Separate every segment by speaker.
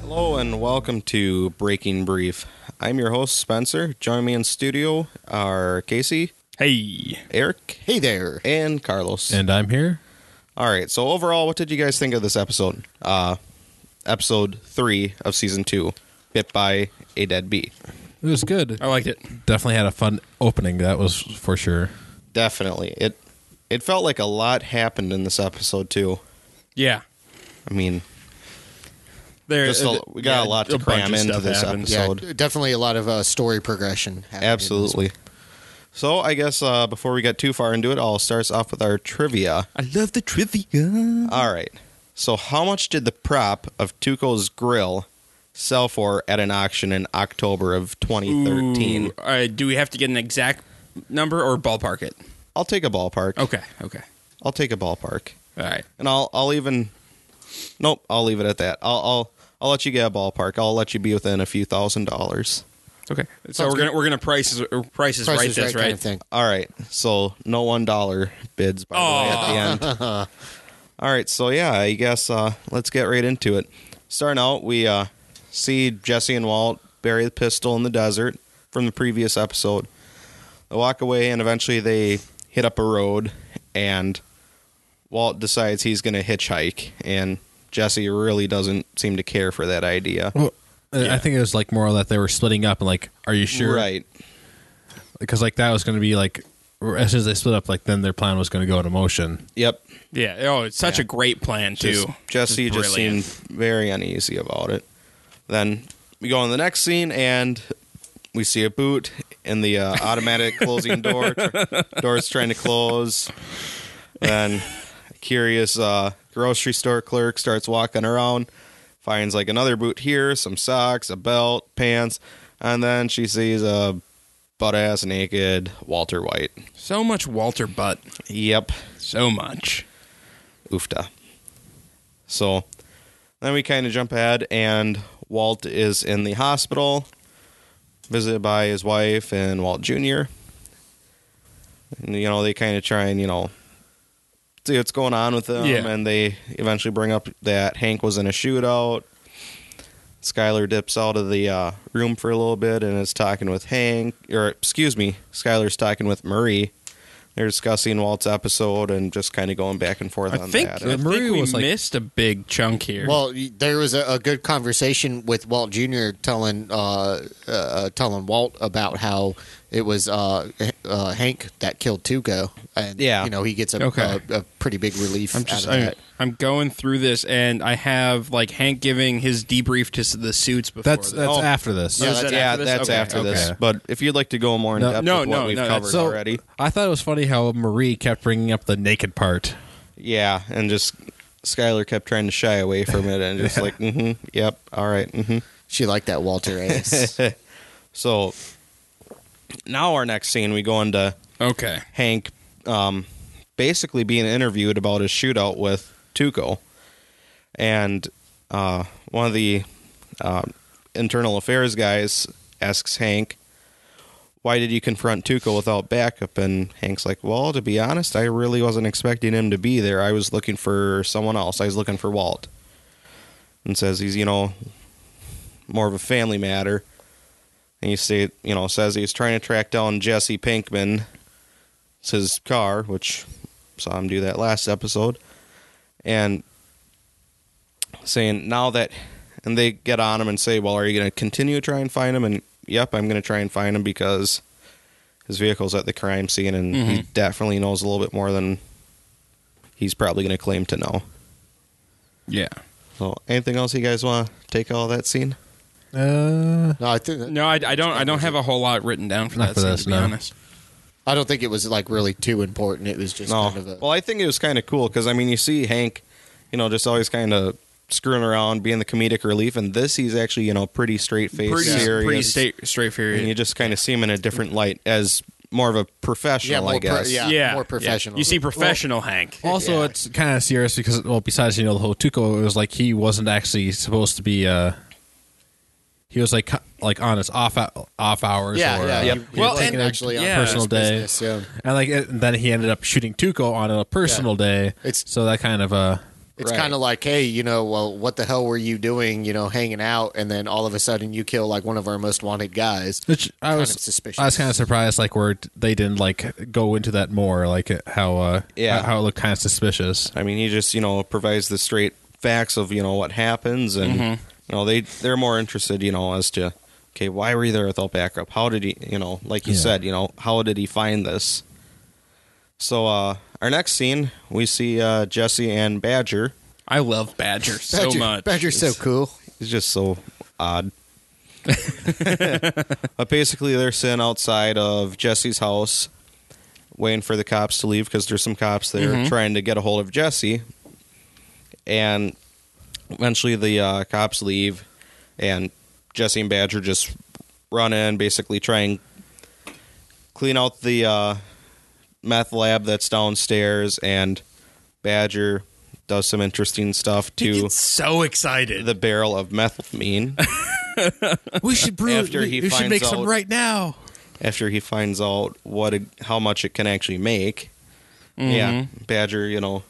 Speaker 1: Hello and welcome to Breaking Brief. I'm your host, Spencer. Joining me in studio are Casey,
Speaker 2: Hey.
Speaker 1: Eric,
Speaker 3: Hey there.
Speaker 1: and Carlos.
Speaker 4: And I'm here.
Speaker 1: All right, so overall, what did you guys think of this episode? Uh, episode three of season two, Bit by a Dead Bee.
Speaker 4: It was good.
Speaker 2: I liked it.
Speaker 4: Definitely had a fun opening. That was for sure.
Speaker 1: Definitely. It, it felt like a lot happened in this episode, too.
Speaker 2: Yeah.
Speaker 1: I mean,
Speaker 2: There,
Speaker 1: Just a- we got a lot to
Speaker 2: Uh, bunch
Speaker 1: cram
Speaker 2: of
Speaker 1: into
Speaker 2: stuff
Speaker 1: this
Speaker 2: happened.
Speaker 1: episode.
Speaker 3: Yeah,
Speaker 1: Sold.
Speaker 3: d- definitely a lot of uh, story progression. happening in this.
Speaker 1: absolutely. So I guess uh, before we get too far into it, I'll start us off with our trivia.
Speaker 2: I love the trivia.
Speaker 1: All right. So, how much did the prop of Tuco's grill sell for at an auction in October of 2013?
Speaker 2: Ooh. All right, do we have to get an exact number or ballpark it?
Speaker 1: I'll take a ballpark.
Speaker 2: Okay. Okay.
Speaker 1: I'll take a ballpark,
Speaker 2: All right.
Speaker 1: and I'll I'll even. Nope. I'll leave it at that. I'll I'll I'll let you get a ballpark. I'll let you be within a few thousand dollars.
Speaker 2: Okay. So we're gonna we're gonna prices or prices
Speaker 3: Price
Speaker 2: right
Speaker 3: is
Speaker 2: this right.
Speaker 3: kind of thing.
Speaker 1: All right. So no one dollar bids by the way at the end. All right. So yeah, I guess uh, let's get right into it. Starting out, we uh, see Jesse and Walt bury the pistol in the desert from the previous episode. They walk away, and eventually they hit up a road, and Walt decides he's going to hitchhike, and Jesse really doesn't seem to care for that idea.
Speaker 4: Well, Uh, I think it was like more that they were splitting up and like, are you sure?
Speaker 1: Right.
Speaker 4: Because like that was going to be like, as soon as they split up, like then their plan was going to go into motion.
Speaker 1: Yep.
Speaker 2: Yeah. Oh, it's such a great plan too.
Speaker 1: Just- Jesse
Speaker 2: It's
Speaker 1: just
Speaker 2: brilliant.
Speaker 1: seemed very uneasy about it. Then we go on the next scene and we see a boot and the uh, automatic closing door. door's trying to close. Then a curious uh, grocery store clerk starts walking around, finds like another boot here, some socks, a belt, pants, and then she sees a butt ass naked Walter White.
Speaker 2: so much Walter Butt.
Speaker 1: Yep.
Speaker 2: So much.
Speaker 1: Oofta. So then we kind of jump ahead, and Walt is in the hospital, visited by his wife and Walt Jr. And, you know, they kind of try and, you know, see what's going on with them.
Speaker 2: Yeah.
Speaker 1: And they eventually bring up that Hank was in a shootout. Skylar dips out of the uh, room for a little bit and is talking with Hank, or excuse me, Skylar's talking with Marie. They're discussing Walt's episode and just kind of going back and forth
Speaker 2: I
Speaker 1: on
Speaker 2: think,
Speaker 1: that.
Speaker 2: I think
Speaker 4: Maria
Speaker 2: we
Speaker 4: was like-
Speaker 2: missed a big chunk here.
Speaker 3: Well, y- there was a, a good conversation with Walt Jr. telling uh, uh, telling Walt about how it was uh, H- uh, Hank that killed Tuco, and
Speaker 1: Yeah.
Speaker 3: you know he gets a,
Speaker 2: Okay.
Speaker 3: a, a pretty big relief
Speaker 2: I'm just
Speaker 3: out of
Speaker 2: I'm,
Speaker 3: that.
Speaker 2: I'm going through this and I have like Hank giving his debrief to s- the suits before.
Speaker 4: That's
Speaker 2: this.
Speaker 4: that's
Speaker 1: Oh.
Speaker 4: after this.
Speaker 3: Yeah,
Speaker 2: is that
Speaker 1: yeah,
Speaker 2: after this?
Speaker 1: that's
Speaker 2: Okay,
Speaker 1: after this.
Speaker 4: okay.
Speaker 1: But if you'd like to go more in
Speaker 4: No.
Speaker 1: depth
Speaker 2: No,
Speaker 1: with what
Speaker 2: no,
Speaker 1: we've
Speaker 2: no,
Speaker 1: covered
Speaker 2: so-
Speaker 1: already,
Speaker 4: I thought it was funny how Marie kept bringing up the naked part.
Speaker 1: yeah, and just Skylar kept trying to shy away from it, and just like, mm-hmm, yep, all right, mm-hmm.
Speaker 3: She liked that Walter ass.
Speaker 1: So now our next scene, we go into
Speaker 2: okay.
Speaker 1: Hank um, basically being interviewed about his shootout with Tuco. And uh, one of the uh, internal affairs guys asks Hank, Why did you confront Tuco without backup? And Hank's like, Well, to be honest, I really wasn't expecting him to be there. I was looking for someone else, I was looking for Walt. And says he's, you know, more of a family matter. And he say, you know, says he's trying to track down Jesse Pinkman, it's his car, which saw him do that last episode, and saying now that, and they get on him and say, "Well, are you going to continue to try and find him?" And yep, I'm going to try and find him because his vehicle's at the crime scene, and he definitely knows a little bit more than he's probably going to claim to know.
Speaker 2: Yeah.
Speaker 1: So, anything else you guys want to take all that scene?
Speaker 4: Uh,
Speaker 3: no, I, th-
Speaker 2: No, I, I don't. I don't have a whole lot written down for
Speaker 4: Not
Speaker 2: that.
Speaker 4: for
Speaker 2: scene,
Speaker 4: this,
Speaker 2: to be
Speaker 4: no.
Speaker 2: honest.
Speaker 3: I don't think it was like really too important. It was just kind of a
Speaker 1: well, I think it was kind of cool because I mean, you see Hank, you know, just always kind of screwing around, being the comedic relief, and this he's actually you know pretty straight faced,
Speaker 2: Pretty,
Speaker 1: serious,
Speaker 2: pretty straight, straight
Speaker 1: and you
Speaker 2: period.
Speaker 1: just kind of see him in a different light as more of a professional, I
Speaker 3: more pro-
Speaker 1: guess.
Speaker 3: yeah. more professional.
Speaker 2: You see, professional Hank.
Speaker 4: also,
Speaker 3: Yeah.
Speaker 4: it's kind of serious because well, besides you know the whole Tuco, it was like he wasn't actually supposed to be. uh He was like like on his off off hours.
Speaker 3: yeah,
Speaker 4: or,
Speaker 3: yeah.
Speaker 4: uh,
Speaker 3: you-
Speaker 1: Yep.
Speaker 3: you
Speaker 2: Well,
Speaker 3: take
Speaker 2: and-
Speaker 3: it actually on
Speaker 2: yeah.
Speaker 3: personal
Speaker 4: Personal day.
Speaker 3: business, yeah.
Speaker 4: And like it, then he ended up shooting Tuco on a personal day.
Speaker 3: It's-
Speaker 4: so that kind of uh
Speaker 3: It's
Speaker 1: Right.
Speaker 3: kind of like, hey, you know, well, what the hell were you doing, you know, hanging out, and then all of a sudden you kill like one of our most wanted guys.
Speaker 4: Which I
Speaker 3: Kind
Speaker 4: was
Speaker 3: of suspicious.
Speaker 4: I was kind of surprised, like where they didn't like go into that more, like how uh,
Speaker 1: Yeah.
Speaker 4: how, how it looked kind of suspicious.
Speaker 1: I mean, he just you know provides the straight facts of you know what happens, and you know they they're more interested you know as to okay why were you there without backup? How did he you know like you
Speaker 4: Yeah.
Speaker 1: said you know how did he find this? So uh, our next scene we see uh, Jesse and Badger.
Speaker 2: I love Badger so
Speaker 3: Badger-
Speaker 2: much.
Speaker 3: Badger's so cool.
Speaker 1: It's just so odd. but basically, they're sitting outside of Jesse's house, waiting for the cops to leave because there's some cops there
Speaker 2: Mm-hmm.
Speaker 1: trying to get a hold of Jesse. And eventually, the uh, cops leave, and Jesse and Badger just run in, basically try and clean out the uh, meth lab that's downstairs. And Badger does some interesting stuff
Speaker 2: He
Speaker 1: too
Speaker 2: gets so excited.
Speaker 1: the barrel of methamphetamine
Speaker 4: We should brew.
Speaker 1: After we- he we should finds make some out-
Speaker 4: right now.
Speaker 1: after he finds out what it, how much it can actually make.
Speaker 2: Mm-hmm.
Speaker 1: Yeah, Badger, you know,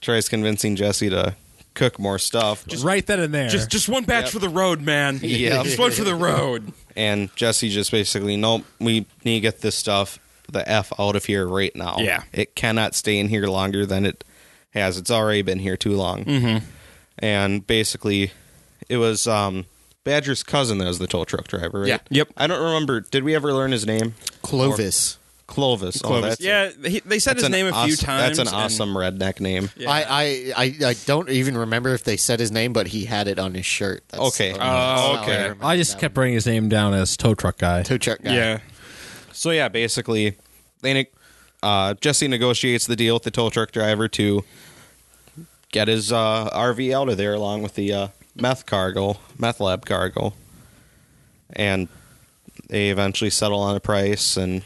Speaker 1: tries convincing Jesse to cook more stuff,
Speaker 4: right then and there.
Speaker 2: just just one batch
Speaker 1: Yep.
Speaker 2: for the road, man.
Speaker 1: Yep.
Speaker 2: Just one for the road.
Speaker 1: and Jesse just basically, nope, we need to get this stuff the f out of here right now.
Speaker 2: Yeah.
Speaker 1: it cannot stay in here longer than it has. It's already been here too long. Mm-hmm. And basically, it was um, Badger's cousin that was the tow truck driver. Right?
Speaker 2: Yeah. Yep.
Speaker 1: I don't remember. Did we ever learn his name?
Speaker 3: Clovis.
Speaker 1: Clovis. Oh, that's
Speaker 2: yeah, he, they said
Speaker 1: That's
Speaker 2: his
Speaker 1: an
Speaker 2: name a few
Speaker 1: awesome-
Speaker 2: times.
Speaker 1: That's an
Speaker 2: and-
Speaker 1: awesome redneck name.
Speaker 2: Yeah.
Speaker 3: I, I, I, I don't even remember if they said his name, but he had it on his shirt. That's
Speaker 1: Okay.
Speaker 3: that's
Speaker 1: Oh,
Speaker 3: how
Speaker 2: okay.
Speaker 3: remember
Speaker 4: I just
Speaker 3: that
Speaker 4: kept
Speaker 3: one.
Speaker 4: writing his name down as tow truck guy.
Speaker 3: toe check guy.
Speaker 2: Yeah.
Speaker 1: So yeah, basically, they ne- uh, Jesse negotiates the deal with the tow truck driver to get his uh, RV out of there along with the uh, meth cargo, meth lab cargo, and they eventually settle on a price and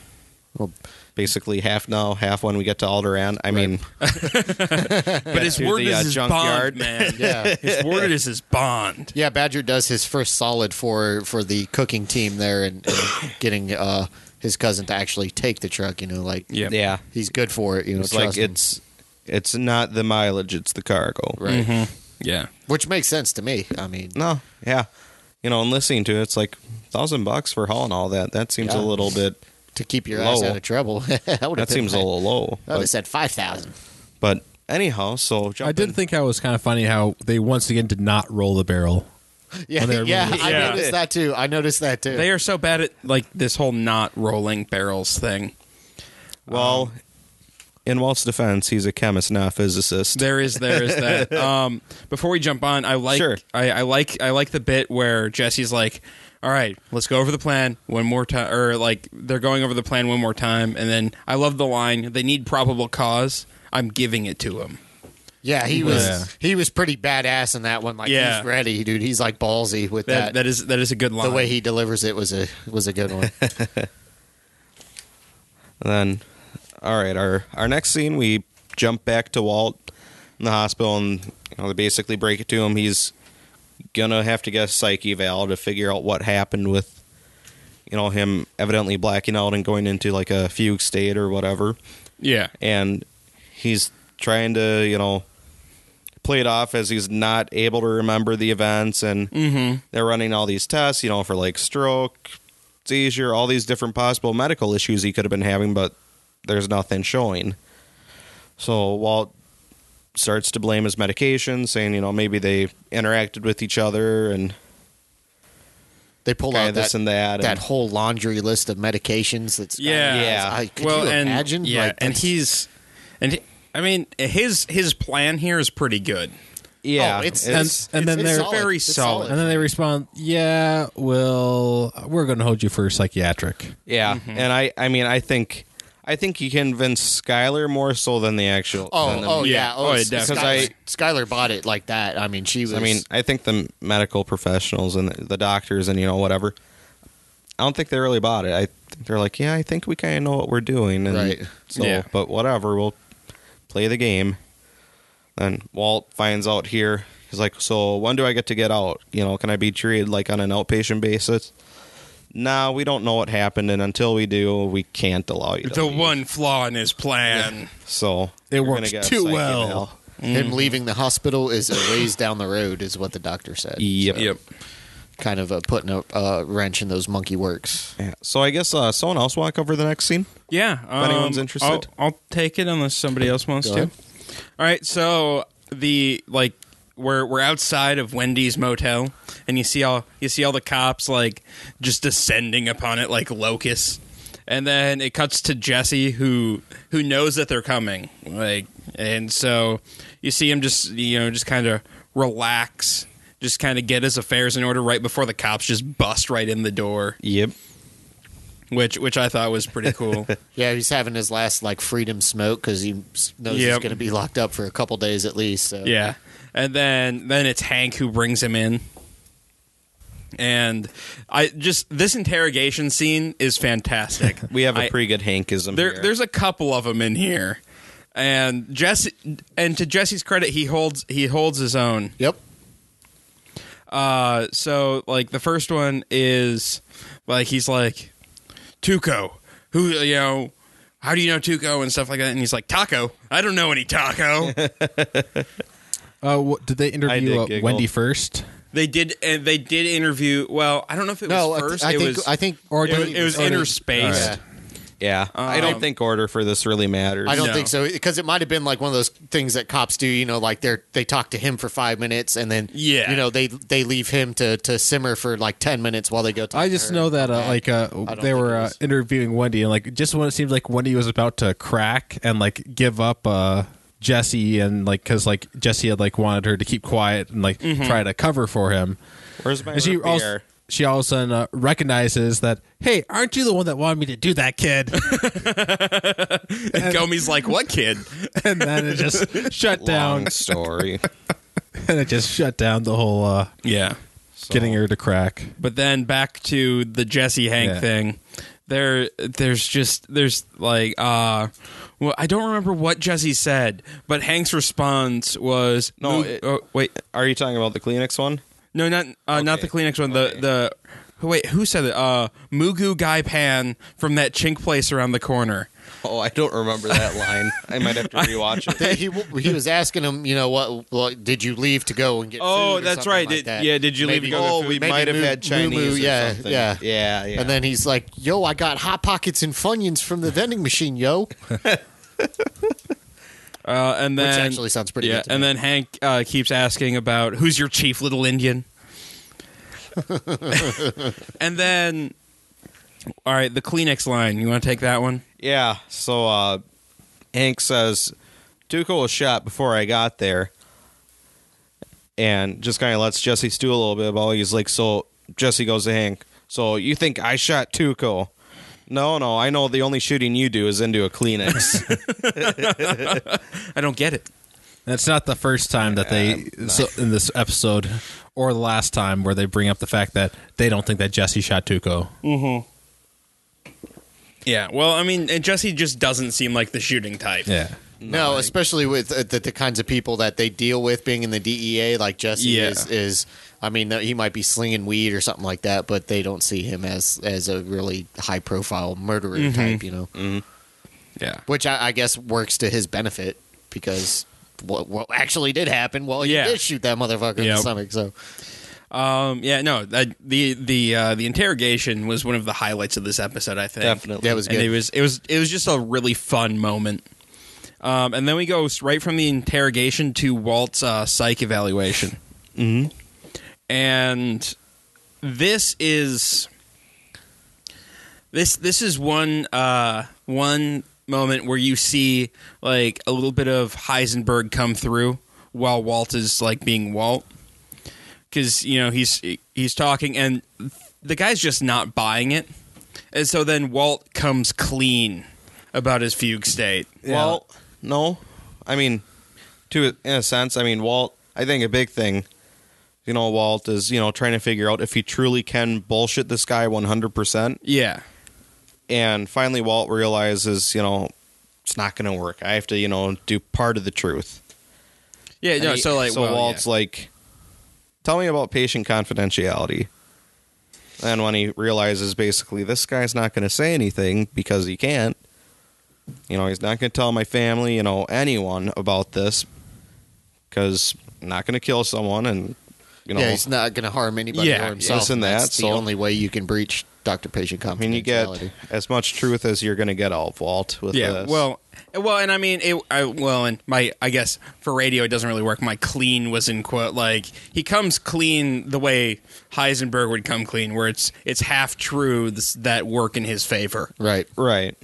Speaker 3: Well,
Speaker 1: basically half now, half when we get to Alderan. I mean,
Speaker 2: But his
Speaker 1: to
Speaker 2: word
Speaker 1: the,
Speaker 2: is
Speaker 1: uh,
Speaker 2: his
Speaker 1: junkyard.
Speaker 2: bond, man.
Speaker 3: Yeah.
Speaker 2: His word is his bond.
Speaker 3: Yeah, Badger does his first solid for for the cooking team there and, and getting uh, his cousin to actually take the truck. You know, like
Speaker 2: Yeah.
Speaker 1: yeah,
Speaker 3: he's good for it. You know,
Speaker 1: it's like
Speaker 3: trust him.
Speaker 1: it's it's not the mileage, it's the cargo.
Speaker 3: right,
Speaker 2: Yeah.
Speaker 3: which makes sense to me. I mean,
Speaker 1: No, yeah, you know, and listening to it, it's like thousand bucks for hauling all that. That seems
Speaker 3: Yeah.
Speaker 1: a little bit.
Speaker 3: to keep your
Speaker 1: Low.
Speaker 3: ass out of trouble.
Speaker 1: That seems a little low.
Speaker 3: I would have
Speaker 1: But,
Speaker 3: said five thousand.
Speaker 1: but anyhow, so
Speaker 4: I
Speaker 1: jumping-
Speaker 4: did think that was kind of funny how they once again did not roll the barrel.
Speaker 3: Yeah,
Speaker 4: When they
Speaker 3: yeah,
Speaker 4: were really-
Speaker 3: I
Speaker 2: Yeah.
Speaker 3: noticed that too. I noticed that too.
Speaker 2: They are so bad at like this whole not rolling barrels thing.
Speaker 1: Well,
Speaker 4: um,
Speaker 1: in Walt's defense, he's a chemist, not a physicist.
Speaker 2: There is there is that. Um, before we jump on, I like
Speaker 1: Sure.
Speaker 2: I, I like I like the bit where Jesse's like, "All right, let's go over the plan one more time," or like they're going over the plan one more time, and then I love the line, "They need probable cause. I'm giving it to him."
Speaker 3: yeah, he was
Speaker 4: Yeah.
Speaker 3: he was pretty badass in that one. Like
Speaker 2: Yeah.
Speaker 3: he's ready, dude. He's like ballsy with
Speaker 2: That
Speaker 3: that.
Speaker 2: that is that is a good line.
Speaker 3: the way he delivers it was a was a good one.
Speaker 1: And then, all right, our our next scene, we jump back to Walt in the hospital, and you know, they basically break it to him. He's gonna have to get a psyche eval to figure out what happened with, you know, him evidently blacking out and going into like a fugue state or whatever.
Speaker 2: yeah.
Speaker 1: and he's trying to you know play it off as he's not able to remember the events and
Speaker 3: Mm-hmm.
Speaker 1: they're running all these tests you know for like stroke seizure all these different possible medical issues he could have been having but there's nothing showing so walt starts to blame his medication saying you know maybe they interacted with each other and
Speaker 3: They pull
Speaker 1: kinda
Speaker 3: out
Speaker 1: this
Speaker 3: that,
Speaker 1: and that,
Speaker 3: that
Speaker 1: and-
Speaker 3: whole laundry list of medications. That's
Speaker 2: Yeah,
Speaker 1: Yeah.
Speaker 3: I, could
Speaker 2: well,
Speaker 3: you
Speaker 2: and
Speaker 3: imagine?
Speaker 2: yeah,
Speaker 3: Like,
Speaker 2: and
Speaker 3: that's-
Speaker 2: he's and he, I mean his his plan here is pretty good.
Speaker 1: yeah
Speaker 3: Oh, it's-
Speaker 1: it's-
Speaker 4: and then
Speaker 3: it's
Speaker 4: they're-
Speaker 3: solid.
Speaker 2: very
Speaker 3: It's
Speaker 2: solid.
Speaker 4: And then they respond, "Yeah, well, we're going to hold you for psychiatric."
Speaker 1: yeah
Speaker 3: Mm-hmm.
Speaker 1: and i i mean i think i think he convinced skylar more so than the actual
Speaker 3: Oh,
Speaker 1: than the
Speaker 3: oh
Speaker 2: Yeah.
Speaker 3: yeah.
Speaker 2: Oh,
Speaker 3: Oh,
Speaker 2: yeah,
Speaker 3: S-
Speaker 2: definitely.
Speaker 3: Skylar,
Speaker 1: Because
Speaker 3: Skylar bought it like that. I mean, she was.
Speaker 1: I mean, I think the medical professionals and the the doctors and you know whatever. I don't think they really bought it. I think they're like, yeah, I think we kind of know what we're doing, and
Speaker 3: Right.
Speaker 1: so
Speaker 2: Yeah.
Speaker 1: but whatever, we'll play the game. And Walt finds out here. He's like, so when do I get to get out? You know, can I be treated like on an outpatient basis? Nah, we don't know what happened, and until we do, we can't allow you. To
Speaker 2: The
Speaker 1: leave.
Speaker 2: one flaw in his plan.
Speaker 1: so
Speaker 4: It
Speaker 1: you're
Speaker 4: works
Speaker 1: gonna get a
Speaker 4: too
Speaker 1: psych
Speaker 4: well.
Speaker 1: eval.
Speaker 4: Mm-hmm.
Speaker 3: Him leaving the hospital is a ways down the road, is what the doctor said.
Speaker 1: Yep.
Speaker 2: Yep.
Speaker 3: Kind of uh, putting a uh, wrench in those monkey works.
Speaker 1: Yeah. So I guess uh, someone else want to cover the next scene.
Speaker 2: Yeah. um,
Speaker 1: anyone's interested.
Speaker 2: I'll, I'll take it unless somebody else wants
Speaker 3: Go
Speaker 2: to.
Speaker 3: ahead.
Speaker 2: All right. So the like we're we're outside of Wendy's motel, and you see all you see all the cops like just descending upon it like locusts. And then it cuts to Jesse, who who knows that they're coming, like, and so you see him just you know just kind of relax, just kind of get his affairs in order right before the cops just bust right in the door,
Speaker 1: Yep.
Speaker 2: which which I thought was pretty cool.
Speaker 3: Yeah, he's having his last like freedom smoke because he s- knows he's
Speaker 2: Yep.
Speaker 3: going to be locked up for a couple days at least. So.
Speaker 2: Yeah, and then then it's Hank who brings him in, and I just this interrogation scene is fantastic.
Speaker 1: We have a
Speaker 2: I-
Speaker 1: pretty good Hankism
Speaker 2: there,
Speaker 1: here.
Speaker 2: there's a couple of them in here, and Jesse and to Jesse's credit, he holds he holds his own.
Speaker 3: Yep.
Speaker 2: Uh, so like the first one is like he's like Tuco, who you know. How do you know Tuco and stuff like that? And he's like, Taco? I don't know any Taco.
Speaker 4: Uh, wh- did they interview
Speaker 1: did
Speaker 4: uh,
Speaker 1: giggle.
Speaker 4: Wendy first?
Speaker 2: They did, and they did interview. Well, I don't know if it
Speaker 3: No,
Speaker 2: was
Speaker 3: I, th-
Speaker 2: first.
Speaker 3: I
Speaker 2: it
Speaker 3: think
Speaker 2: was,
Speaker 3: I think
Speaker 4: Or
Speaker 2: it was, it was
Speaker 4: or did-
Speaker 2: interspaced.
Speaker 3: Yeah.
Speaker 1: yeah. I don't
Speaker 2: Um,
Speaker 1: think order for this really matters.
Speaker 3: I don't
Speaker 2: No.
Speaker 3: think so because it might have been like one of those things that cops do. You know, like they are they talk to him for five minutes and then
Speaker 2: Yeah.
Speaker 3: you know they they leave him to to simmer for like ten minutes while they go. Talk
Speaker 4: I
Speaker 3: to
Speaker 4: just
Speaker 3: her.
Speaker 4: know that uh, like uh,
Speaker 3: don't
Speaker 4: they
Speaker 3: think
Speaker 4: were
Speaker 3: it
Speaker 4: uh,
Speaker 3: was.
Speaker 4: interviewing Wendy, and like just when it seemed like Wendy was about to crack and like give up uh, Jesse, and like because like Jesse had like wanted her to keep quiet and like
Speaker 3: Mm-hmm.
Speaker 4: try to cover for him,
Speaker 1: Where's my
Speaker 4: and she
Speaker 1: root
Speaker 4: also
Speaker 1: beer?
Speaker 4: she all of a sudden uh, recognizes that hey, aren't you the one that wanted me to do that, kid?
Speaker 2: And Gomi's like, "What kid?"
Speaker 4: and then it just shut down,
Speaker 1: Long story.
Speaker 4: and it just shut down the whole uh,
Speaker 2: yeah.
Speaker 4: getting her to crack.
Speaker 2: But then back to the Jesse Hank
Speaker 4: Yeah.
Speaker 2: thing. There, there's just there's like, uh well, I don't remember what Jesse said, but Hank's response was,
Speaker 1: No,
Speaker 2: "Move-
Speaker 1: it-
Speaker 2: oh, wait,
Speaker 1: Are you talking about the Kleenex one?
Speaker 2: No, not uh, not the Kleenex one. The the who- wait, who said it? Uh, Mugu Guy Pan from that chink place around the corner.
Speaker 1: Oh, I don't remember that line. I might have to rewatch it.
Speaker 3: They- he w- he was asking him, you know, what, what did you leave to go and get?
Speaker 2: Oh,
Speaker 3: food or
Speaker 2: that's
Speaker 3: something
Speaker 2: right.
Speaker 3: like
Speaker 2: Did-
Speaker 3: that.
Speaker 2: yeah, did you leave
Speaker 3: Maybe-
Speaker 2: to go to
Speaker 3: oh,
Speaker 2: food?
Speaker 3: maybe Moo- Moo Moo, yeah, yeah,
Speaker 1: yeah, yeah.
Speaker 3: And then he's like, "Yo, I got hot pockets and funyuns from the vending machine, yo."
Speaker 2: Uh, and then
Speaker 3: actually sounds pretty
Speaker 2: Yeah,
Speaker 3: good to
Speaker 2: and
Speaker 3: me.
Speaker 2: then Hank uh, keeps asking about who's your chief little Indian. and then, all right, the Kleenex line. You want to take that one?
Speaker 1: Yeah. So uh, Hank says, Tuco was shot before I got there. And just kind of lets Jesse stew a little bit about it. He's like, So Jesse goes to Hank, So you think I shot Tuco? No, no, I know the only shooting you do is into a Kleenex.
Speaker 2: I don't get it.
Speaker 4: That's not the first time that they so, in this episode or the last time where they bring up the fact that they don't think that Jesse shot Tuco.
Speaker 2: Yeah. Well, I mean, and Jesse just doesn't seem like the shooting type.
Speaker 4: Yeah.
Speaker 3: No, especially with uh, the, the kinds of people that they deal with being in the DEA, like Jesse
Speaker 2: Yeah.
Speaker 3: is, is. I mean, he might be slinging weed or something like that, but they don't see him as as a really high profile murderer
Speaker 2: Mm-hmm.
Speaker 3: type, you know.
Speaker 2: Yeah.
Speaker 3: Which I, I guess works to his benefit because what, what actually did happen? Well, he
Speaker 2: Yeah.
Speaker 3: did shoot that motherfucker in the
Speaker 2: Yep.
Speaker 3: stomach. So
Speaker 2: Um, yeah, no, that, the the uh, the interrogation was one of the highlights of this episode. I think
Speaker 1: Definitely.
Speaker 3: that was
Speaker 2: and it
Speaker 3: good.
Speaker 2: was it was it was just a really fun moment. Um, and then we go s- right from the interrogation to Walt's uh, psych evaluation. Mm-hmm. And this is this this is one uh, one moment where you see like a little bit of Heisenberg come through while Walt is like being Walt because you know he's he's talking and the guy's just not buying it and so then walt comes clean about his fugue state
Speaker 1: Well, no. I mean, to in a sense, I mean, Walt, I think a big thing, you know, Walt is, you know, trying to figure out if he truly can bullshit this guy 100%.
Speaker 2: yeah
Speaker 1: and finally Walt realizes, you know, it's not going to work. I have to, you know, do part of the truth.
Speaker 2: yeah no
Speaker 1: And he-
Speaker 2: so like
Speaker 1: so
Speaker 2: well,
Speaker 1: Walt's
Speaker 2: yeah.
Speaker 1: like, tell me about patient confidentiality. And when he realizes basically this guy's not going to say anything because he can't, you know, he's not going to tell my family, you know, anyone about this because not going to kill someone and you know
Speaker 3: yeah, he's not going to harm anybody
Speaker 2: Yeah,
Speaker 3: or himself.
Speaker 1: yes and that,
Speaker 3: That's
Speaker 1: so-
Speaker 3: the only way you can breach doctor-patient
Speaker 1: I mean you
Speaker 3: confidentiality.
Speaker 1: get as much truth as you're going to get out of Walt with
Speaker 2: Yeah.
Speaker 1: this.
Speaker 2: Well, well, and I mean, it, I, well, and my, I guess for radio, it doesn't really work. My clean was in quote, like he comes clean the way Heisenberg would come clean, where it's it's half truths that work in his favor.
Speaker 3: right.
Speaker 1: right.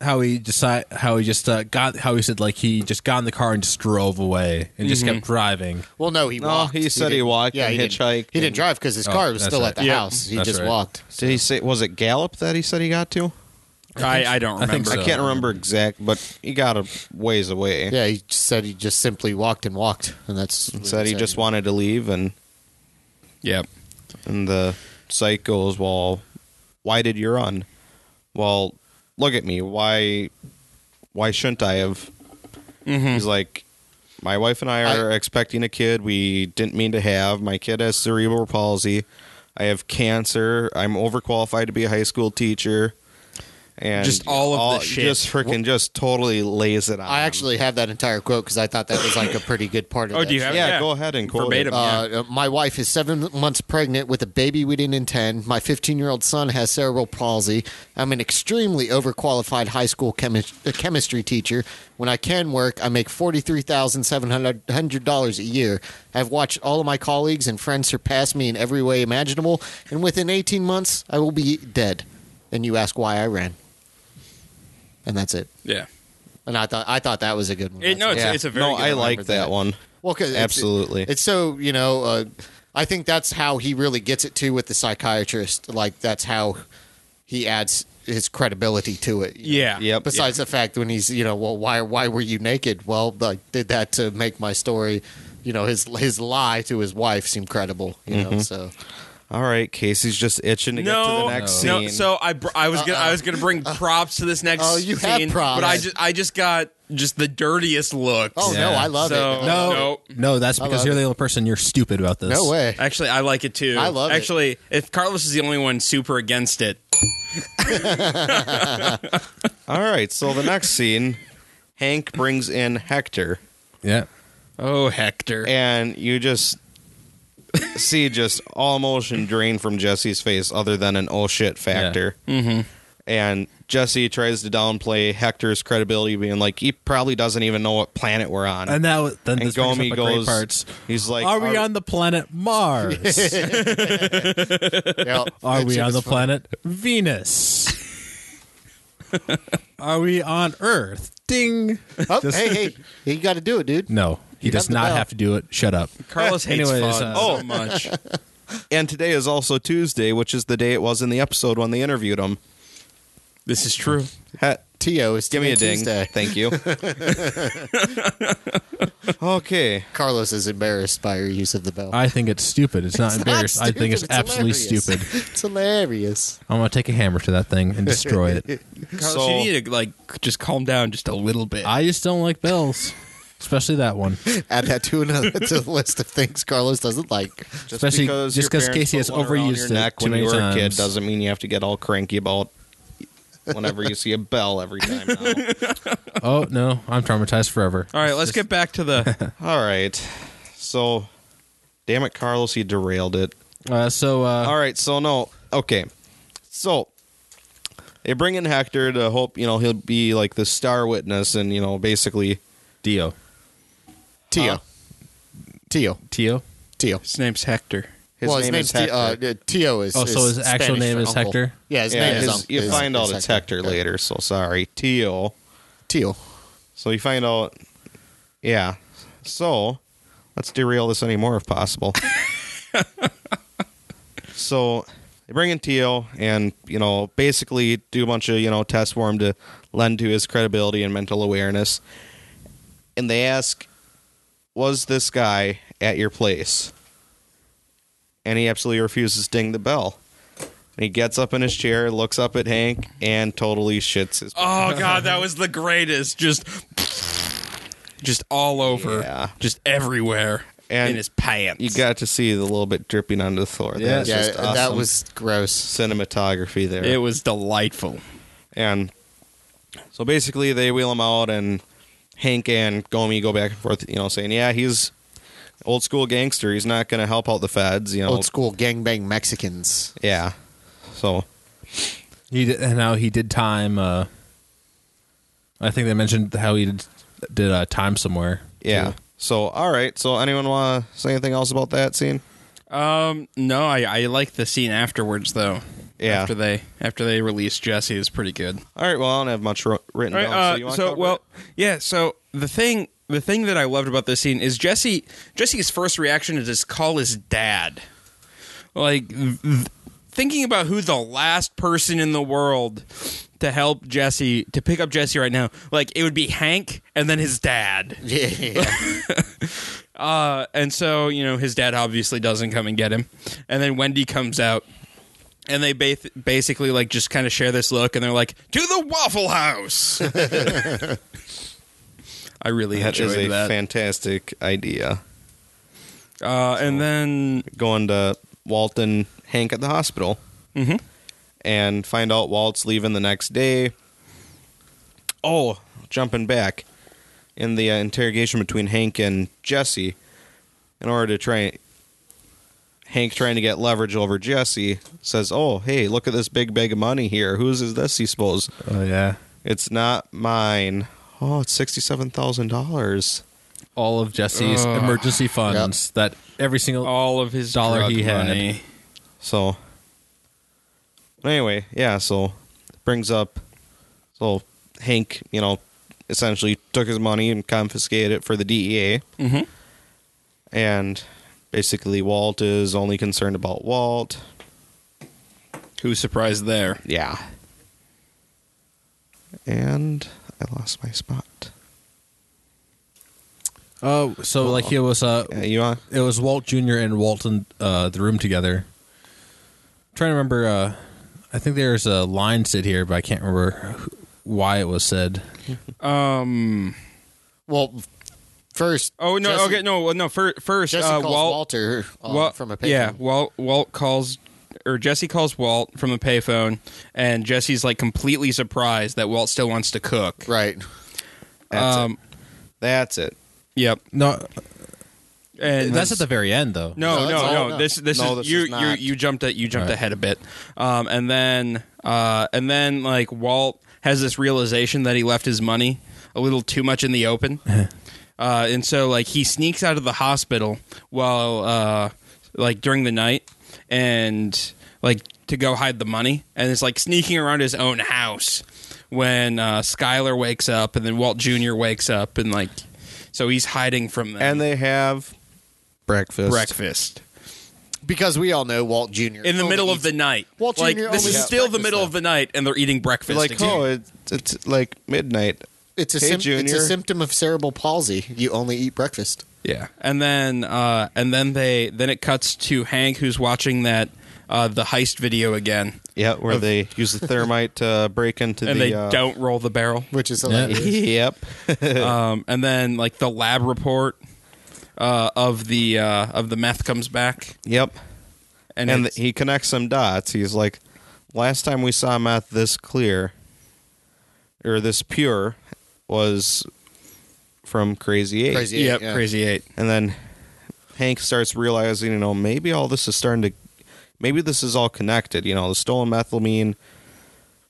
Speaker 4: how he decide how he just uh, got how he said like he just got in the car and just drove away and just kept driving.
Speaker 3: Well, no, he
Speaker 1: No,
Speaker 3: walked.
Speaker 1: he said he
Speaker 3: didn't-
Speaker 1: walked
Speaker 3: Yeah,
Speaker 1: and
Speaker 3: he didn't-
Speaker 1: hitchhiked
Speaker 3: he
Speaker 1: and- Oh,
Speaker 3: didn't drive because his car was
Speaker 4: that's
Speaker 3: still
Speaker 4: right.
Speaker 3: at the
Speaker 4: Yeah,
Speaker 3: house. He
Speaker 4: that's
Speaker 3: just
Speaker 4: right.
Speaker 3: walked.
Speaker 1: Did he say was it Gallup that he said he got to?
Speaker 2: I, I don't
Speaker 4: I think
Speaker 2: remember.
Speaker 4: so.
Speaker 1: I can't remember exact, but he got a ways away.
Speaker 3: Yeah, he just said he just simply walked and walked, and that's what
Speaker 1: Said he just wanted to leave, and
Speaker 2: Yep.
Speaker 1: and the psych goes, "Well, why did you run? Well, look at me. Why, why shouldn't I have?"
Speaker 2: Mm-hmm.
Speaker 1: He's like, "My wife and I are expecting a kid. We didn't mean to have. My kid has cerebral palsy. I have cancer. I'm overqualified to be a high school teacher." And
Speaker 2: Just all of the shit.
Speaker 1: Just freaking, just totally lays it out.
Speaker 3: I actually have that entire quote because I thought that was like a pretty good part of.
Speaker 2: Oh,
Speaker 3: that
Speaker 2: do you have-
Speaker 1: yeah,
Speaker 2: yeah.
Speaker 1: go ahead and quote
Speaker 2: Verbatim.
Speaker 1: it.
Speaker 3: Uh, uh, My wife is seven months pregnant with a baby we didn't intend. My 15 year old son has cerebral palsy. I'm an extremely overqualified high school chemi- uh, chemistry teacher. When I can work, I make $43,700 a year. I've watched all of my colleagues and friends surpass me in every way imaginable, and within 18 months, I will be dead. And you ask why I ran. And that's it.
Speaker 2: Yeah.
Speaker 3: And I thought I thought that was a good one.
Speaker 2: It-
Speaker 3: That's
Speaker 2: no,
Speaker 3: all.
Speaker 2: it's, it's a very.
Speaker 1: no,
Speaker 2: good
Speaker 1: I like
Speaker 2: remember
Speaker 1: that, one.
Speaker 3: Well, 'cause it's-
Speaker 1: Absolutely.
Speaker 3: it's so you know. Uh, I think that's how he really gets it too with the psychiatrist. Like that's how he adds his credibility to it. you know?
Speaker 2: Yeah.
Speaker 1: Yep.
Speaker 3: Besides the fact when he's you know well why why were you naked? Well, I did that to make my story. You know his his lie to his wife seem credible. You know so
Speaker 1: All right, Casey's just itching to get to
Speaker 2: No,
Speaker 1: the next
Speaker 2: no.
Speaker 1: scene.
Speaker 2: So I, br- I was gonna, I was gonna bring props to this next.
Speaker 3: Oh, you have
Speaker 2: scene,
Speaker 3: props.
Speaker 2: but I just, I just got just the dirtiest looks.
Speaker 3: oh no
Speaker 4: Yeah.
Speaker 3: I love
Speaker 2: So-
Speaker 3: it.
Speaker 2: No.
Speaker 4: no, no, that's because
Speaker 3: love
Speaker 4: you're
Speaker 3: it.
Speaker 4: the only person you're stupid about this.
Speaker 3: no way.
Speaker 2: Actually, I like it too.
Speaker 3: I love it.
Speaker 2: Actually, if Carlos is the only one super against it,
Speaker 1: All right, so the next scene, Hank brings in Hector,
Speaker 4: Yeah,
Speaker 2: oh Hector,
Speaker 1: and you just see just all emotion drain from Jesse's face, other than an oh shit factor. Mm-hmm. And Jesse tries to downplay Hector's credibility, being like, he probably doesn't even know what planet we're on.
Speaker 4: and now then
Speaker 1: And
Speaker 4: this brings up
Speaker 1: Gomi
Speaker 4: the great
Speaker 1: goes,
Speaker 4: parts.
Speaker 1: he's like,
Speaker 4: are we on the planet Mars?
Speaker 3: Yeah.
Speaker 4: Are
Speaker 3: That
Speaker 4: we
Speaker 3: shit
Speaker 4: on
Speaker 3: was
Speaker 4: the
Speaker 3: fun.
Speaker 4: planet Venus? Are we on Earth? Ding.
Speaker 3: Oh,
Speaker 4: Just-
Speaker 3: hey hey you got to do it dude.
Speaker 4: No, he does
Speaker 3: the
Speaker 4: not
Speaker 3: bell.
Speaker 4: have to do it. Shut up.
Speaker 2: Carlos hates
Speaker 4: Anyways,
Speaker 2: fun
Speaker 4: uh,
Speaker 2: so Oh, much.
Speaker 1: And today is also Tuesday, which is the day it was in the episode when they interviewed him.
Speaker 2: This is true.
Speaker 1: He-
Speaker 3: Tio is
Speaker 1: Give me a ding.
Speaker 3: Tuesday.
Speaker 1: Thank you. okay.
Speaker 3: Carlos is embarrassed by your use of the bell.
Speaker 4: I think it's stupid. It's, not
Speaker 3: It's not
Speaker 4: embarrassed. I think
Speaker 3: stupid,
Speaker 4: it's, absolutely
Speaker 3: hilarious.
Speaker 4: stupid.
Speaker 3: It's hilarious.
Speaker 4: I'm gonna take a hammer to that thing and destroy it.
Speaker 2: Carlos,
Speaker 1: So-
Speaker 2: you need to like just calm down just a little bit.
Speaker 4: I just don't like bells, especially that one.
Speaker 3: Add that to another to the list of things Carlos doesn't like.
Speaker 1: Just
Speaker 4: Especially-
Speaker 1: because
Speaker 4: just
Speaker 1: your
Speaker 4: 'cause
Speaker 1: parents put
Speaker 4: Casey has
Speaker 1: one around
Speaker 4: overused
Speaker 1: your
Speaker 4: it
Speaker 1: neck
Speaker 4: too
Speaker 1: when
Speaker 4: many
Speaker 1: you were a kid
Speaker 4: times.
Speaker 1: doesn't mean you have to get all cranky about whenever you see a bell every time. Now.
Speaker 4: Oh no, I'm traumatized forever.
Speaker 2: All right, let's get back to the.
Speaker 1: all right. So, damn it, Carlos, you derailed it.
Speaker 4: Uh, so uh,
Speaker 1: All right. So no. Okay. So they bring in Hector to hope you know he'll be like the star witness and you know basically
Speaker 4: Dio,
Speaker 3: Tio.
Speaker 1: Huh?
Speaker 3: Tio.
Speaker 4: Tio.
Speaker 3: Tio.
Speaker 2: His name's Hector.
Speaker 1: his
Speaker 3: well,
Speaker 1: name
Speaker 3: his
Speaker 1: is
Speaker 3: name's
Speaker 1: Hector.
Speaker 3: Tio. Uh, uh, Tio is.
Speaker 4: Oh, so
Speaker 3: is
Speaker 4: his actual
Speaker 3: Spanish
Speaker 4: name
Speaker 3: for
Speaker 4: is
Speaker 3: uncle.
Speaker 4: Hector?
Speaker 3: Yeah, his
Speaker 1: Yeah,
Speaker 3: name is.
Speaker 1: his-
Speaker 3: un-
Speaker 1: you
Speaker 3: is-
Speaker 1: find out
Speaker 3: is
Speaker 1: it's Hector later. So sorry, Tio.
Speaker 3: Tio.
Speaker 1: So you find out, yeah. So let's derail this anymore if possible. so they bring in Teo and, you know, basically do a bunch of, you know, tests for him to lend to his credibility and mental awareness. And they ask, Was this guy at your place? And he absolutely refuses to ding the bell. And he gets up in his chair, looks up at Hank, and totally shits his
Speaker 2: Oh God, that was the greatest. Just, just all over.
Speaker 1: Yeah.
Speaker 2: Just everywhere.
Speaker 1: And
Speaker 2: in his pants.
Speaker 1: You got to see the little bit dripping onto the floor. That
Speaker 4: Yeah.
Speaker 1: was
Speaker 3: Yeah,
Speaker 1: just awesome.
Speaker 3: that was gross.
Speaker 1: cinematography there.
Speaker 2: It was delightful.
Speaker 1: and so basically, they wheel him out, and Hank and Gomi go back and forth, you know, saying, "Yeah, he's old school gangster. He's not going to help out the feds." You know,
Speaker 3: Old school gangbang Mexicans.
Speaker 1: yeah. So
Speaker 4: He did, and how he did time. Uh, I think they mentioned how he did, did uh, time somewhere.
Speaker 1: yeah. So all right. So anyone want to say anything else about that scene?
Speaker 2: Um, no, I, I like the scene afterwards though.
Speaker 1: Yeah.
Speaker 2: After they after they released Jesse is pretty good.
Speaker 1: All right. Well, I don't have much wr- written
Speaker 2: All right,
Speaker 1: down.
Speaker 2: uh,
Speaker 1: you wanna
Speaker 2: so
Speaker 1: cover
Speaker 2: well,
Speaker 1: it?
Speaker 2: yeah. So the thing, the thing that I loved about this scene is Jesse. Jesse's first reaction is to call his dad. Like th- th- thinking about who the last person in the world to help Jesse to pick up Jesse right now. Like it would be Hank and then his dad.
Speaker 3: Yeah.
Speaker 2: Uh, and so you know his dad obviously doesn't come and get him, and then Wendy comes out. And they ba- basically like just kind of share this look, and they're like, "To the Waffle House." I really
Speaker 1: that is
Speaker 2: enjoyed
Speaker 1: a
Speaker 2: that.
Speaker 1: fantastic idea.
Speaker 2: Uh, and then
Speaker 1: Going to Walt and Hank at the hospital, mm-hmm. and find out Walt's leaving the next day. Oh, jumping back in the uh, interrogation between Hank and Jesse, in order to try Hank trying to get leverage over Jesse says, "Oh, hey, look at this big bag of money here. Whose is this? You suppose
Speaker 4: Oh yeah,
Speaker 1: it's not mine. Oh, it's sixty-seven thousand dollars."
Speaker 4: all of Jesse's
Speaker 2: Ugh.
Speaker 4: emergency funds that every single
Speaker 2: all of his
Speaker 4: Dollar
Speaker 2: drug
Speaker 4: he had.
Speaker 2: money.
Speaker 1: So anyway, yeah, so brings up so Hank, you know, essentially took his money and confiscated it for the DEA. Mm-hmm. And basically Walt is only concerned about Walt.
Speaker 2: Who's surprised there?
Speaker 1: Yeah. And I lost my spot.
Speaker 4: Oh, so like it was uh,
Speaker 1: Yeah, you want
Speaker 4: it was Walt Jr. and Walton uh, the room together. trying to remember, uh, I think there's a line said here, but I can't remember who- why it was said.
Speaker 2: Um.
Speaker 3: well, first.
Speaker 2: Oh no.
Speaker 3: Jesse-
Speaker 2: okay. No. well, No. Fir- first,
Speaker 3: Jesse
Speaker 2: uh,
Speaker 3: calls
Speaker 2: Walt.
Speaker 3: Walter uh,
Speaker 2: Wal-
Speaker 3: from a
Speaker 2: Yeah.
Speaker 3: patient.
Speaker 2: Walt. Walt calls. Or Jesse calls Walt from the payphone, and Jesse's like completely surprised that Walt still wants to cook.
Speaker 3: Right.
Speaker 1: that's
Speaker 2: um,
Speaker 1: it. That's it.
Speaker 2: Yep.
Speaker 4: No,
Speaker 2: And
Speaker 4: that's at the very end though.
Speaker 2: No, no,
Speaker 3: No, that's
Speaker 2: no.
Speaker 3: all-
Speaker 2: This, this
Speaker 1: No,
Speaker 2: is
Speaker 1: this
Speaker 2: you,
Speaker 1: is not.
Speaker 2: you. You jumped. A, you jumped
Speaker 4: Right.
Speaker 2: ahead a bit, um, and then, uh, and then, like Walt has this realization that he left his money a little too much in the open,
Speaker 4: Uh-huh.
Speaker 2: uh, and so like he sneaks out of the hospital while, uh, like during the night, and like to go hide the money, and it's like sneaking around his own house when uh, Skyler wakes up, and then Walt Junior wakes up, and like, so he's hiding from them.
Speaker 1: And they have breakfast.
Speaker 2: breakfast.
Speaker 3: Because we all know Walt Oh, Jr.
Speaker 2: in the
Speaker 3: only
Speaker 2: middle of
Speaker 3: eats-
Speaker 2: the night.
Speaker 3: Walt
Speaker 2: like
Speaker 3: Jr.
Speaker 2: this is
Speaker 3: only eats
Speaker 2: still the
Speaker 3: breakfast
Speaker 2: middle
Speaker 3: now.
Speaker 2: of the night, and they're eating breakfast.
Speaker 1: Like,
Speaker 2: again.
Speaker 1: oh, it's, it's like midnight.
Speaker 3: It's a,
Speaker 1: Hey,
Speaker 3: sym- it's
Speaker 1: Junior.
Speaker 3: a symptom of cerebral palsy. You only eat breakfast.
Speaker 2: yeah. And then, uh, and then they then it cuts to Hank who's watching that uh, the heist video again,
Speaker 1: Yeah, where they use the thermite to break into
Speaker 2: and
Speaker 1: the
Speaker 2: they
Speaker 1: uh,
Speaker 2: don't roll the barrel.
Speaker 3: Which is hilarious.
Speaker 1: Yep.
Speaker 2: um, and then like the lab report uh, of the uh, of the meth comes back,
Speaker 1: Yep.
Speaker 2: and,
Speaker 1: And,
Speaker 2: it's-
Speaker 1: he connects some dots. He's like, last time we saw math this clear or this pure was from Crazy Eight.
Speaker 3: Crazy Eight,
Speaker 2: yep,
Speaker 3: yeah.
Speaker 2: crazy eight.
Speaker 1: And then Hank starts realizing, you know, maybe all this is starting to, maybe this is all connected. You know, the stolen methylamine,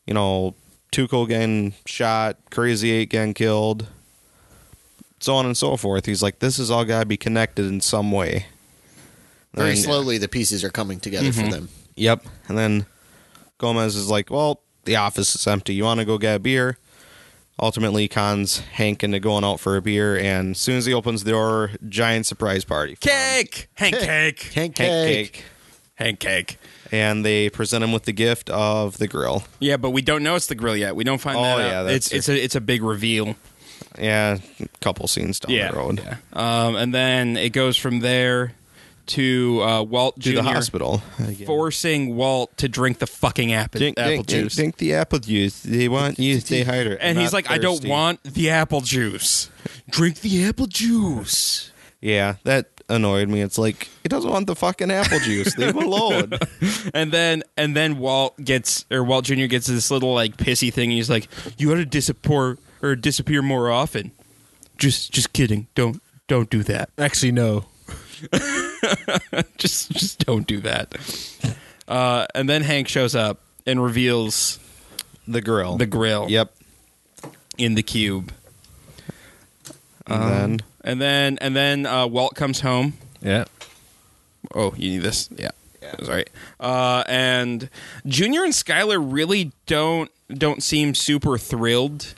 Speaker 1: you know, Tuco getting shot, Crazy Eight getting killed, so on and so forth. He's like, this is all got to be connected in some way.
Speaker 3: Very
Speaker 1: And-
Speaker 3: slowly, the pieces are coming together for them.
Speaker 1: Yep. And then Gomez is like, well, the office is empty. You want to go get a beer? Ultimately, cons Hank into going out for a beer. And as soon as he opens the door, giant surprise party. for him.
Speaker 2: Cake, Hank, cake,
Speaker 3: Hank
Speaker 1: Hank
Speaker 3: cake.
Speaker 1: cake.
Speaker 2: Hank, cake.
Speaker 1: And they present him with the gift of the grill.
Speaker 2: Yeah, but we don't know it's the grill yet. We don't find
Speaker 1: Oh,
Speaker 2: that out.
Speaker 1: yeah,
Speaker 2: it's
Speaker 1: that's
Speaker 2: it's a it's a big reveal.
Speaker 1: Yeah, a couple scenes down the road.
Speaker 2: Yeah. Um, and then it goes from there to uh, Walt
Speaker 1: To
Speaker 2: Jr.
Speaker 1: the hospital. Again.
Speaker 2: forcing Walt to drink the fucking apple,
Speaker 1: Drink,
Speaker 2: apple
Speaker 1: drink,
Speaker 2: juice.
Speaker 1: drink, drink the apple juice. They want you to stay hydrated. I'm
Speaker 2: and he's
Speaker 1: not
Speaker 2: like, I don't
Speaker 1: thirsty."
Speaker 2: want the apple juice. Drink the apple juice.
Speaker 1: Yeah, that annoyed me. It's like, he doesn't want the fucking apple juice. Leave him alone.
Speaker 2: And then and then Walt gets or Walt Jr. gets this little like pissy thing and he's like, You ought to disappear or disappear more often. just just kidding. Don't don't do that.
Speaker 4: Actually, no.
Speaker 2: just just don't do that. Uh, and then Hank shows up and reveals
Speaker 1: The grill.
Speaker 2: the grill
Speaker 1: Yep.
Speaker 2: in the cube.
Speaker 1: And
Speaker 2: Um,
Speaker 1: then
Speaker 2: And then and then uh, Walt comes home.
Speaker 4: Yeah.
Speaker 2: Oh, you need this? Yeah. That's right. Uh, and Junior and Skylar really don't don't seem super thrilled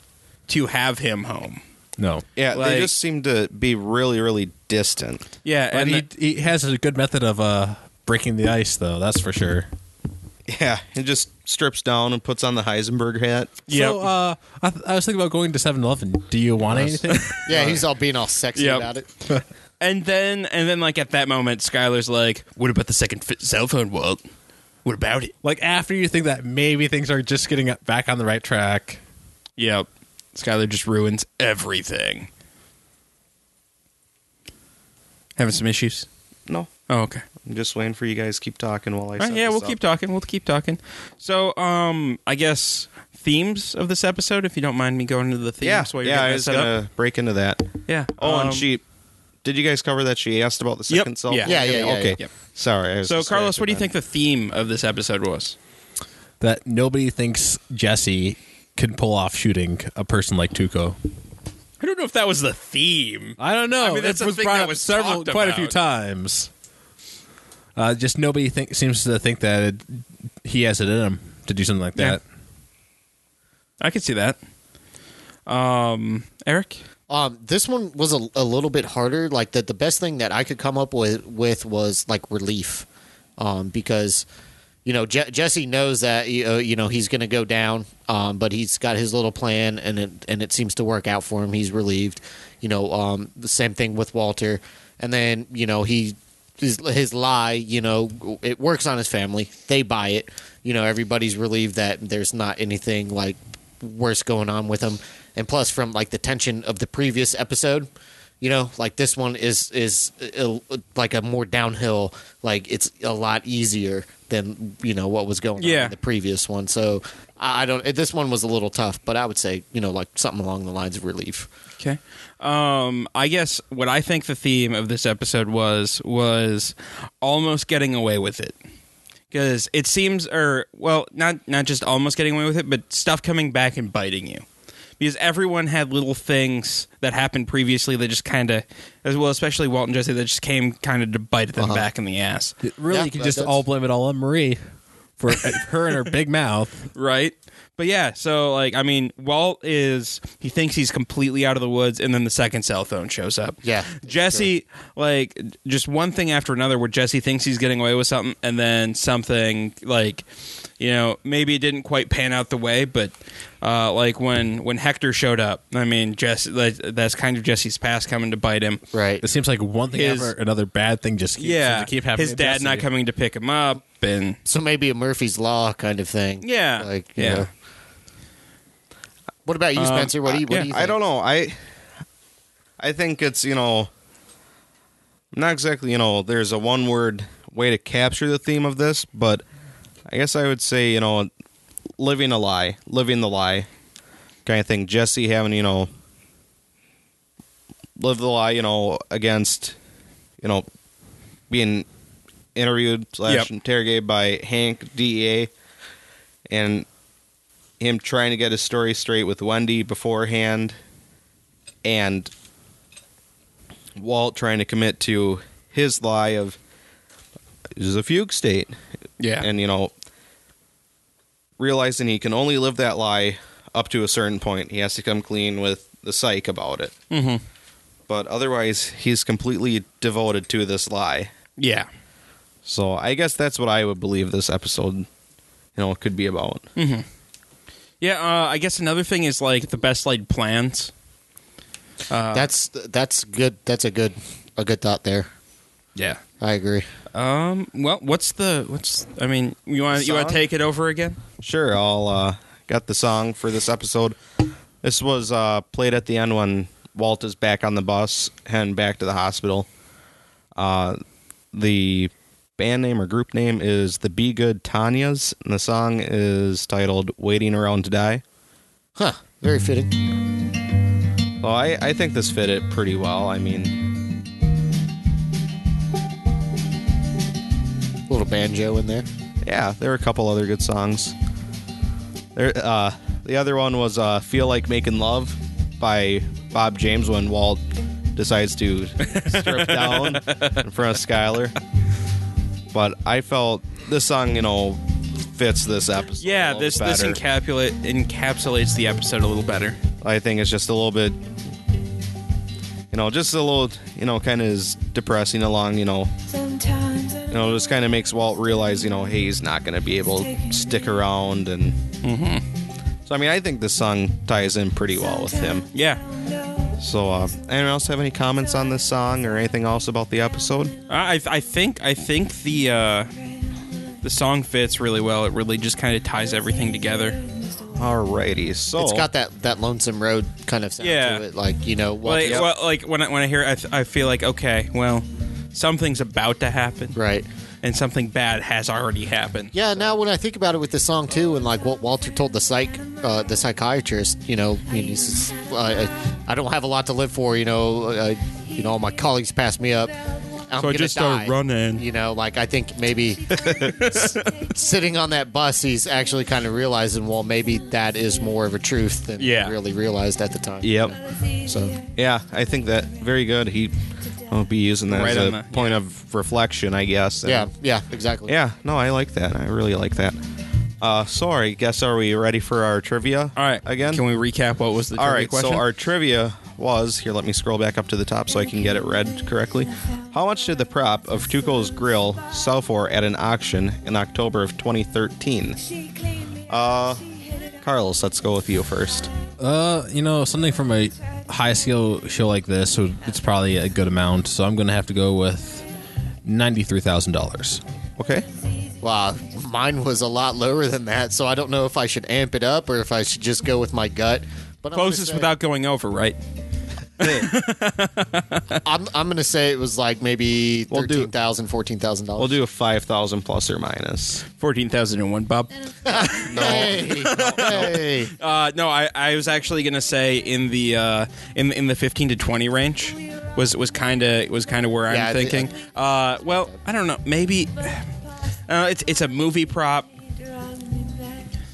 Speaker 2: to have him home.
Speaker 4: No.
Speaker 1: yeah,
Speaker 2: Like-
Speaker 1: they just seem to be really really distant.
Speaker 2: Yeah,
Speaker 4: But
Speaker 2: and
Speaker 4: he,
Speaker 2: the-
Speaker 4: he has a good method of uh, breaking the ice, though. That's for sure.
Speaker 1: Yeah, it just strips down and puts on the Heisenberg hat.
Speaker 2: Yep.
Speaker 4: So uh, I, th- I was thinking about going to 7 Eleven. Do you want anything?
Speaker 3: Yeah, he's all being all sexy
Speaker 2: Yep.
Speaker 3: about it.
Speaker 2: And then, and then, like at that moment, Skylar's like, "What about the second fi- cell phone, Walt? What about it?"
Speaker 4: like, after you think that maybe things are just getting back on the right track.
Speaker 2: Yep, Skylar just ruins everything. Having some issues.
Speaker 1: No,
Speaker 2: Oh, okay.
Speaker 1: I'm just waiting for you guys to keep talking while I.
Speaker 2: All
Speaker 1: set
Speaker 2: right, yeah,
Speaker 1: this
Speaker 2: we'll
Speaker 1: up.
Speaker 2: keep talking. We'll keep talking. So, um, I guess themes of this episode, if you don't mind me going into the themes
Speaker 1: Yeah,
Speaker 2: while you're
Speaker 1: yeah, I
Speaker 2: getting that
Speaker 1: was
Speaker 2: set up.
Speaker 1: gonna break into that.
Speaker 2: Yeah.
Speaker 1: Oh,
Speaker 2: um,
Speaker 1: and she did you guys cover that? She asked about the
Speaker 2: Yep,
Speaker 1: second cell.
Speaker 2: yeah.
Speaker 1: phone?
Speaker 3: Yeah, yeah, yeah,
Speaker 1: okay.
Speaker 2: yeah.
Speaker 1: Sorry. I was
Speaker 2: So, Carlos,
Speaker 1: distracted
Speaker 2: what do you
Speaker 1: then.
Speaker 2: think the theme of this episode was?
Speaker 4: That nobody thinks Jesse can pull off shooting a person like Tuco.
Speaker 2: I don't know if that was the theme.
Speaker 4: I don't know.
Speaker 2: I mean,
Speaker 4: It
Speaker 2: that's a
Speaker 4: was
Speaker 2: thing
Speaker 4: brought
Speaker 2: that
Speaker 4: up
Speaker 2: was
Speaker 4: several,
Speaker 2: talked
Speaker 4: quite a few
Speaker 2: about.
Speaker 4: times. Uh, just nobody think, seems to think that it, he has it in him to do something like
Speaker 2: Yeah.
Speaker 4: that.
Speaker 2: I could see that. Um, Eric.
Speaker 3: Um, this one was a, a little bit harder. Like the the best thing that I could come up with with was like relief, um, because you know Je- Jesse knows that you uh, you know he's going to go down, um, but he's got his little plan and it and it seems to work out for him. He's relieved. You know, um, the same thing with Walter, and then you know he. His, his lie, you know, it works on his family. They buy it. You know, everybody's relieved that there's not anything like worse going on with him and plus from like the tension of the previous episode you know like this one is is uh, like a more downhill like it's a lot easier than you know what was going on
Speaker 2: Yeah.
Speaker 3: in the previous one so i I don't this one was a little tough but i would say you know like something along the lines of relief
Speaker 2: Okay. Um, I guess what I think the theme of this episode was was almost getting away with it. Because it seems, or well, not not just almost getting away with it, but stuff coming back and biting you. Because everyone had little things that happened previously that just kind of, as well, especially Walt and Jesse, that just came kind of to bite them back in the ass,
Speaker 4: Really,
Speaker 3: Yeah,
Speaker 4: you can
Speaker 3: that-
Speaker 4: just
Speaker 3: that's-
Speaker 4: all blame it all on Marie for her and her big mouth.
Speaker 2: right? But yeah, so like, I mean, Walt is he thinks he's completely out of the woods, and then the second cell phone shows up.
Speaker 3: yeah
Speaker 2: Jesse, like, just one thing after another where Jesse thinks he's getting away with something, and then something like, you know, maybe it didn't quite pan out the way, but uh, like when when Hector showed up, I mean, Jesse, like, that's kind of Jesse's past coming to bite him.
Speaker 3: right
Speaker 4: It seems like one thing
Speaker 2: His-
Speaker 4: after another bad thing just keeps,
Speaker 2: Yeah,
Speaker 4: seems to keep happening.
Speaker 2: his
Speaker 4: to
Speaker 2: dad not
Speaker 4: Jesse.
Speaker 2: coming to pick him up, and
Speaker 3: so maybe a murphy's law kind of thing
Speaker 2: yeah,
Speaker 3: like you
Speaker 2: yeah, Uh,
Speaker 3: know. what about you spencer what do you what
Speaker 2: yeah,
Speaker 3: do you think?
Speaker 1: I don't know. I I think it's you know not exactly you know there's a one word way to capture the theme of this, but I guess I would say you know living a lie, living the lie kind of thing. Jesse having you know live the lie you know against you know being interviewed slash
Speaker 2: Yep.
Speaker 1: interrogated by Hank DEA and him trying to get his story straight with Wendy beforehand and Walt trying to commit to his lie of this is a fugue state
Speaker 2: yeah,
Speaker 1: and you know realizing he can only live that lie up to a certain point he has to come clean with the psych about it
Speaker 2: Mhm.
Speaker 1: but otherwise he's completely devoted to this lie
Speaker 2: yeah.
Speaker 1: so i guess that's what i would believe this episode you know could be about
Speaker 2: Yeah, uh, I guess another thing is like the best laid plans.
Speaker 3: that's that's good that's a good a good thought there
Speaker 2: Yeah.
Speaker 3: i agree
Speaker 2: Um. Well, what's the what's? I mean, you want you want to
Speaker 1: Song?
Speaker 2: take it over again?
Speaker 1: Sure, I'll uh, got the song for this episode. This was uh, played at the end when Walt is back on the bus heading back to the hospital. Uh, the band name or group name is the Be Good Tanyas, and the song is titled "Waiting Around to Die."
Speaker 3: huh very fitting
Speaker 1: So I, I think this fit it pretty well. I mean,
Speaker 3: Little banjo in there.
Speaker 1: yeah, there are a couple other good songs. There, uh, the other one was uh, "Feel Like Making Love" by Bob James when Walt decides to strip down in front of Skylar. But I felt this song, you know, fits this episode. a
Speaker 2: Yeah,
Speaker 1: little
Speaker 2: this this
Speaker 1: better.
Speaker 2: encapsulate, encapsulates the episode a little better.
Speaker 1: I think it's just a little bit, you know, just a little, you know, kind of is depressing along, you know,
Speaker 5: Sometimes
Speaker 1: you know, just kind of makes Walt realize, you know, hey, he's not going to be able to stick around. And
Speaker 2: Mm-hmm.
Speaker 1: so, I mean, I think this song ties in pretty well with him.
Speaker 2: Yeah.
Speaker 1: So, uh, anyone else have any comments on this song or anything else about the episode?
Speaker 2: I I think I think the uh, the song fits really well. It really just kind of ties everything together.
Speaker 1: Alrighty. So,
Speaker 3: It's got that, that lonesome road kind of sound
Speaker 2: Oh. Yeah.
Speaker 3: to it. Like, you know,
Speaker 2: Like,
Speaker 3: walking-
Speaker 2: well, like when I, when I hear it, I, th- I feel like okay, well, something's about to happen,
Speaker 3: right.
Speaker 2: and something bad has already happened.
Speaker 3: Yeah, now when I think about it with the song too, and like what Walter told the psych, uh, the psychiatrist, you know, I mean, he says, uh, I don't have a lot to live for, you know, uh, you know, all my colleagues passed me up. I'm
Speaker 2: So I
Speaker 3: gonna
Speaker 2: just started
Speaker 3: die.
Speaker 2: running.
Speaker 3: You know, like I think maybe s- sitting on that bus, he's actually kind of realizing, well, maybe that is more of a truth than
Speaker 2: Yeah.
Speaker 3: he really realized at the time.
Speaker 1: yep.
Speaker 3: So
Speaker 1: Yeah, I think that very good. He will be using that
Speaker 2: Right
Speaker 1: as a
Speaker 2: on the-
Speaker 1: point of reflection, I guess. and-
Speaker 3: yeah, yeah, exactly.
Speaker 1: Yeah, no, I like that. I really like that. Uh, sorry, guess are we ready for our trivia?
Speaker 2: All right,
Speaker 1: again.
Speaker 2: Can we recap what was the
Speaker 1: All
Speaker 2: trivia
Speaker 1: right,
Speaker 2: question?
Speaker 1: so our trivia was here. Let me scroll back up to the top so I can get it read correctly. How much did the prop of Tuco's grill sell for at an auction in October of 2013? Uh, Carlos, let's go with you first.
Speaker 4: Uh, you know, something from a high skill show like this, so it's probably a good amount. So I'm going to have to go with ninety-three thousand dollars.
Speaker 1: Okay.
Speaker 3: Wow, mine was a lot lower than that, so I don't know if I should amp it up or if I should just go with my gut. But I'm gonna
Speaker 2: closest
Speaker 3: say-
Speaker 2: without going over, right?
Speaker 3: I'm I'm gonna say it was like maybe
Speaker 1: We'll do-
Speaker 3: thirteen thousand, fourteen thousand
Speaker 1: We'll
Speaker 3: dollars.
Speaker 1: do a 5,000 plus or minus.
Speaker 2: Fourteen thousand and one, Bob.
Speaker 3: Hey, hey.
Speaker 2: Uh, no, I, I was actually gonna say in the uh, in in the fifteen to twenty range was was kind of was kind of where
Speaker 3: Yeah, I
Speaker 2: I'm
Speaker 3: thi-
Speaker 2: thinking. uh, well, I don't know. Maybe uh, it's it's a movie prop.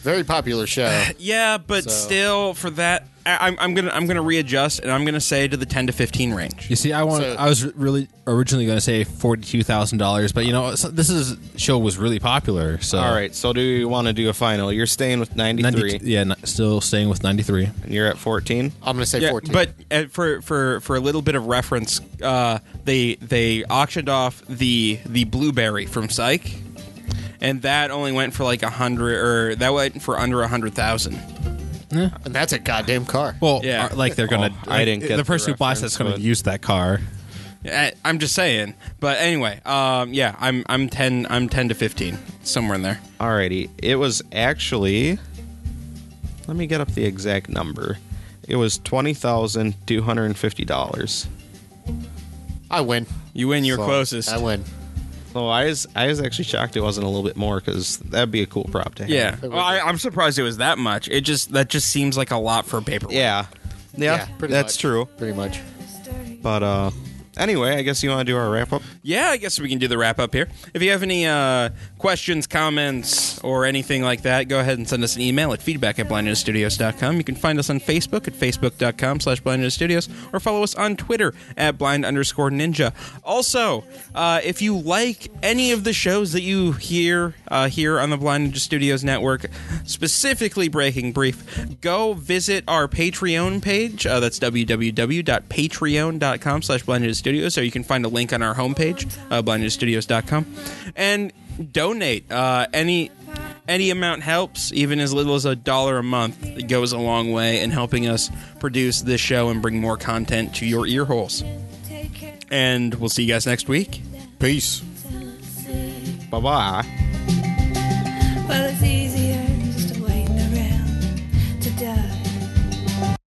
Speaker 3: Very popular show.
Speaker 2: Yeah, but
Speaker 3: So-
Speaker 2: still for that, I, I'm, I'm gonna I'm gonna readjust and I'm gonna say to the ten to fifteen range.
Speaker 4: You see, I want.
Speaker 3: So-
Speaker 4: I was really originally going to say forty-two thousand dollars, but you know, so- this is show was really popular. So
Speaker 1: All right, so do you want to do a final? You're staying with 93,
Speaker 4: 90, yeah, n- still staying with ninety-three.
Speaker 1: and you're at 14.
Speaker 3: I'm gonna say
Speaker 2: Yeah,
Speaker 3: fourteen.
Speaker 2: but uh, for for for a little bit of reference, uh, they they auctioned off the the blueberry from Psych, and that only went for like a hundred or that went for under a hundred thousand.
Speaker 3: and that's a goddamn car.
Speaker 4: Well,
Speaker 2: Yeah.
Speaker 4: are- like they're going to.
Speaker 1: Oh, I didn't get
Speaker 4: the
Speaker 1: the
Speaker 4: person who buys
Speaker 1: reference,
Speaker 4: that's going
Speaker 1: but-
Speaker 4: to use that car.
Speaker 2: I, Eh, I'm just saying. But anyway, um, yeah, I'm I'm ten I'm ten to fifteen somewhere in there.
Speaker 1: Alrighty. It was actually. Let me get up the exact number. It was twenty thousand two hundred and fifty dollars.
Speaker 3: I win.
Speaker 2: You win. You're
Speaker 3: So,
Speaker 2: closest.
Speaker 3: I win.
Speaker 1: So Oh, I was I was actually shocked it wasn't a little bit more because that'd be a cool prop to have.
Speaker 2: Yeah. Well, I, I'm surprised it was that much. It just that just seems like a lot for paper.
Speaker 1: Yeah. Yeah.
Speaker 3: pretty
Speaker 1: that's
Speaker 3: much.
Speaker 1: true.
Speaker 3: Pretty much.
Speaker 1: But uh, anyway, I guess you want to do our wrap up.
Speaker 2: Yeah, I guess we can do the wrap up here. If you have any uh, questions, comments, or anything like that, go ahead and send us an email at feedback at blindnewsstudios.com. You can find us on Facebook at facebook.com slash blindnewsstudios or follow us on Twitter at blind underscore ninja. Also, uh, if you like any of the shows that you hear uh, here on the Blind Ninja Studios Network, specifically Breaking Brief, go visit our Patreon page. Uh, that's www.patreon.com slash Blind Ninja Studios, or you can find a link on our homepage, uh, blindninjastudios.com, and donate. Uh, any any amount helps, even as little as a dollar a month. It goes a long way in helping us produce this show and bring more content to your ear holes. And we'll see you guys next week.
Speaker 3: Peace.
Speaker 1: Bye bye.
Speaker 5: Well, it's easy.